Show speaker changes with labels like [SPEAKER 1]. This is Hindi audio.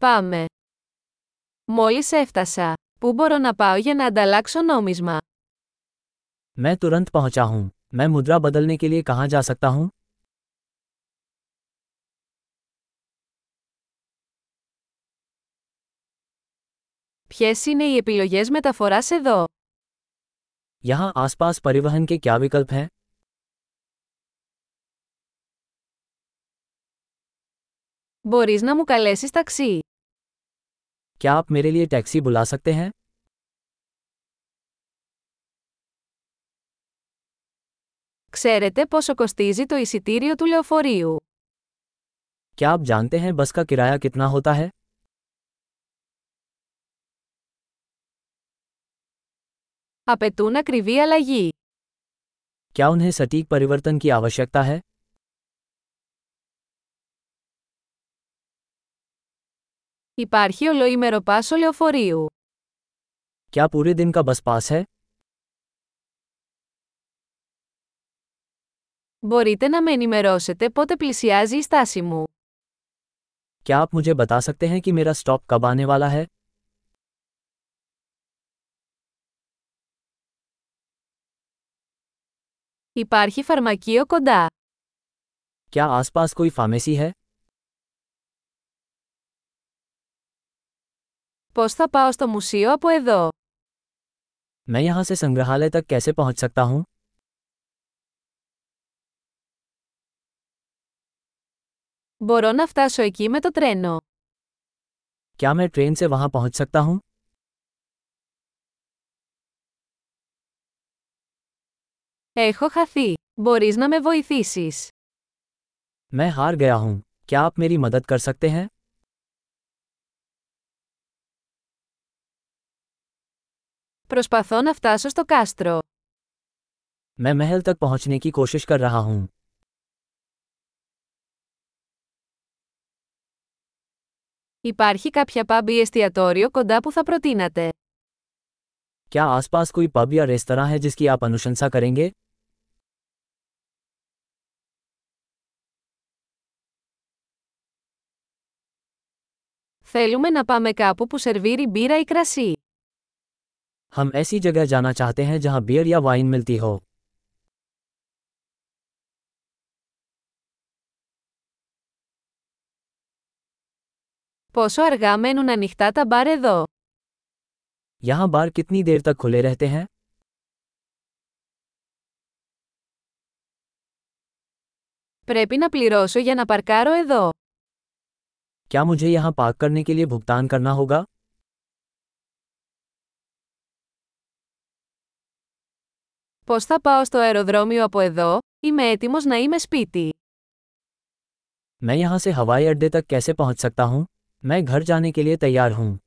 [SPEAKER 1] Πάμε. Μόλις έφτασα. Πού μπορώ να πάω για να ανταλλάξω νόμισμα.
[SPEAKER 2] मैं तुरंत पहुंचा हूं मैं मुद्रा बदलने के लिए कहां जा सकता हूं
[SPEAKER 1] Ποιες είναι οι επιλογές μεταφοράς εδώ.
[SPEAKER 2] यहां आसपास परिवहन के क्या विकल्प हैं
[SPEAKER 1] Μπορείς να μου καλέσεις ταξί.
[SPEAKER 2] क्या आप मेरे लिए टैक्सी बुला सकते हैं
[SPEAKER 1] Ξέρετε πόσο κοστίζει το εισιτήριο του λεωφορείου.
[SPEAKER 2] क्या आप जानते हैं बस का किराया कितना होता है
[SPEAKER 1] Απαιτούν ακριβή αλλαγή.
[SPEAKER 2] क्या उन्हें सटीक परिवर्तन की आवश्यकता है
[SPEAKER 1] Υπάρχει ολοήμερο πάσο λεωφορείου.
[SPEAKER 2] क्या पूरे दिन का बस पास है
[SPEAKER 1] Μπορείτε να με ενημερώσετε πότε πλησιάζει η στάση μου.
[SPEAKER 2] क्या आप मुझे बता सकते हैं कि मेरा स्टॉप कब आने वाला है
[SPEAKER 1] Υπάρχει φαρμακείο κοντά.
[SPEAKER 2] क्या आसपास कोई फार्मेसी है
[SPEAKER 1] Πώς θα πάω στο μουσείο από εδώ.
[SPEAKER 2] मैं यहां से संग्रहालय तक कैसे पहुंच सकता हूं
[SPEAKER 1] Μπορώ να φτάσω εκεί με το τρένο.
[SPEAKER 2] क्या मैं ट्रेन से वहां पहुंच सकता हूं
[SPEAKER 1] Έχω χαθεί. Μπορείς να με βοηθήσεις.
[SPEAKER 2] मैं हार गया हूं क्या आप मेरी मदद कर सकते हैं
[SPEAKER 1] Προσπαθώ να φτάσω στο κάστρο.
[SPEAKER 2] मैं महल तक पहुंचने की कोशिश कर रहा हूं
[SPEAKER 1] Υπάρχει κάποια pub ή εστιατόριο κοντά που θα προτείνατε.
[SPEAKER 2] क्या आसपास कोई पब या रेस्तरा है जिसकी आप अनुशंसा करेंगे
[SPEAKER 1] Θέλουμε να πάμε κάπου που σερβίρει μπύρα ή κρασί.
[SPEAKER 2] हम ऐसी जगह जाना चाहते हैं जहां बियर या वाइन मिलती हो
[SPEAKER 1] Πόσο αργά μένουν ανοιχτά τα μπαρ εδώ.
[SPEAKER 2] यहाँ बार कितनी देर तक खुले रहते हैं
[SPEAKER 1] Πρέπει να πληρώσω για να παρκάρω εδώ.
[SPEAKER 2] क्या मुझे यहाँ पार्क करने के लिए भुगतान करना होगा
[SPEAKER 1] Πώς θα πάω στο αεροδρόμιο από εδώ, είμαι έτοιμος να είμαι σπίτι.
[SPEAKER 2] मैं यहाँ से हवाई अड्डे तक कैसे पहुँच सकता हूँ मैं घर जाने के लिए तैयार हूँ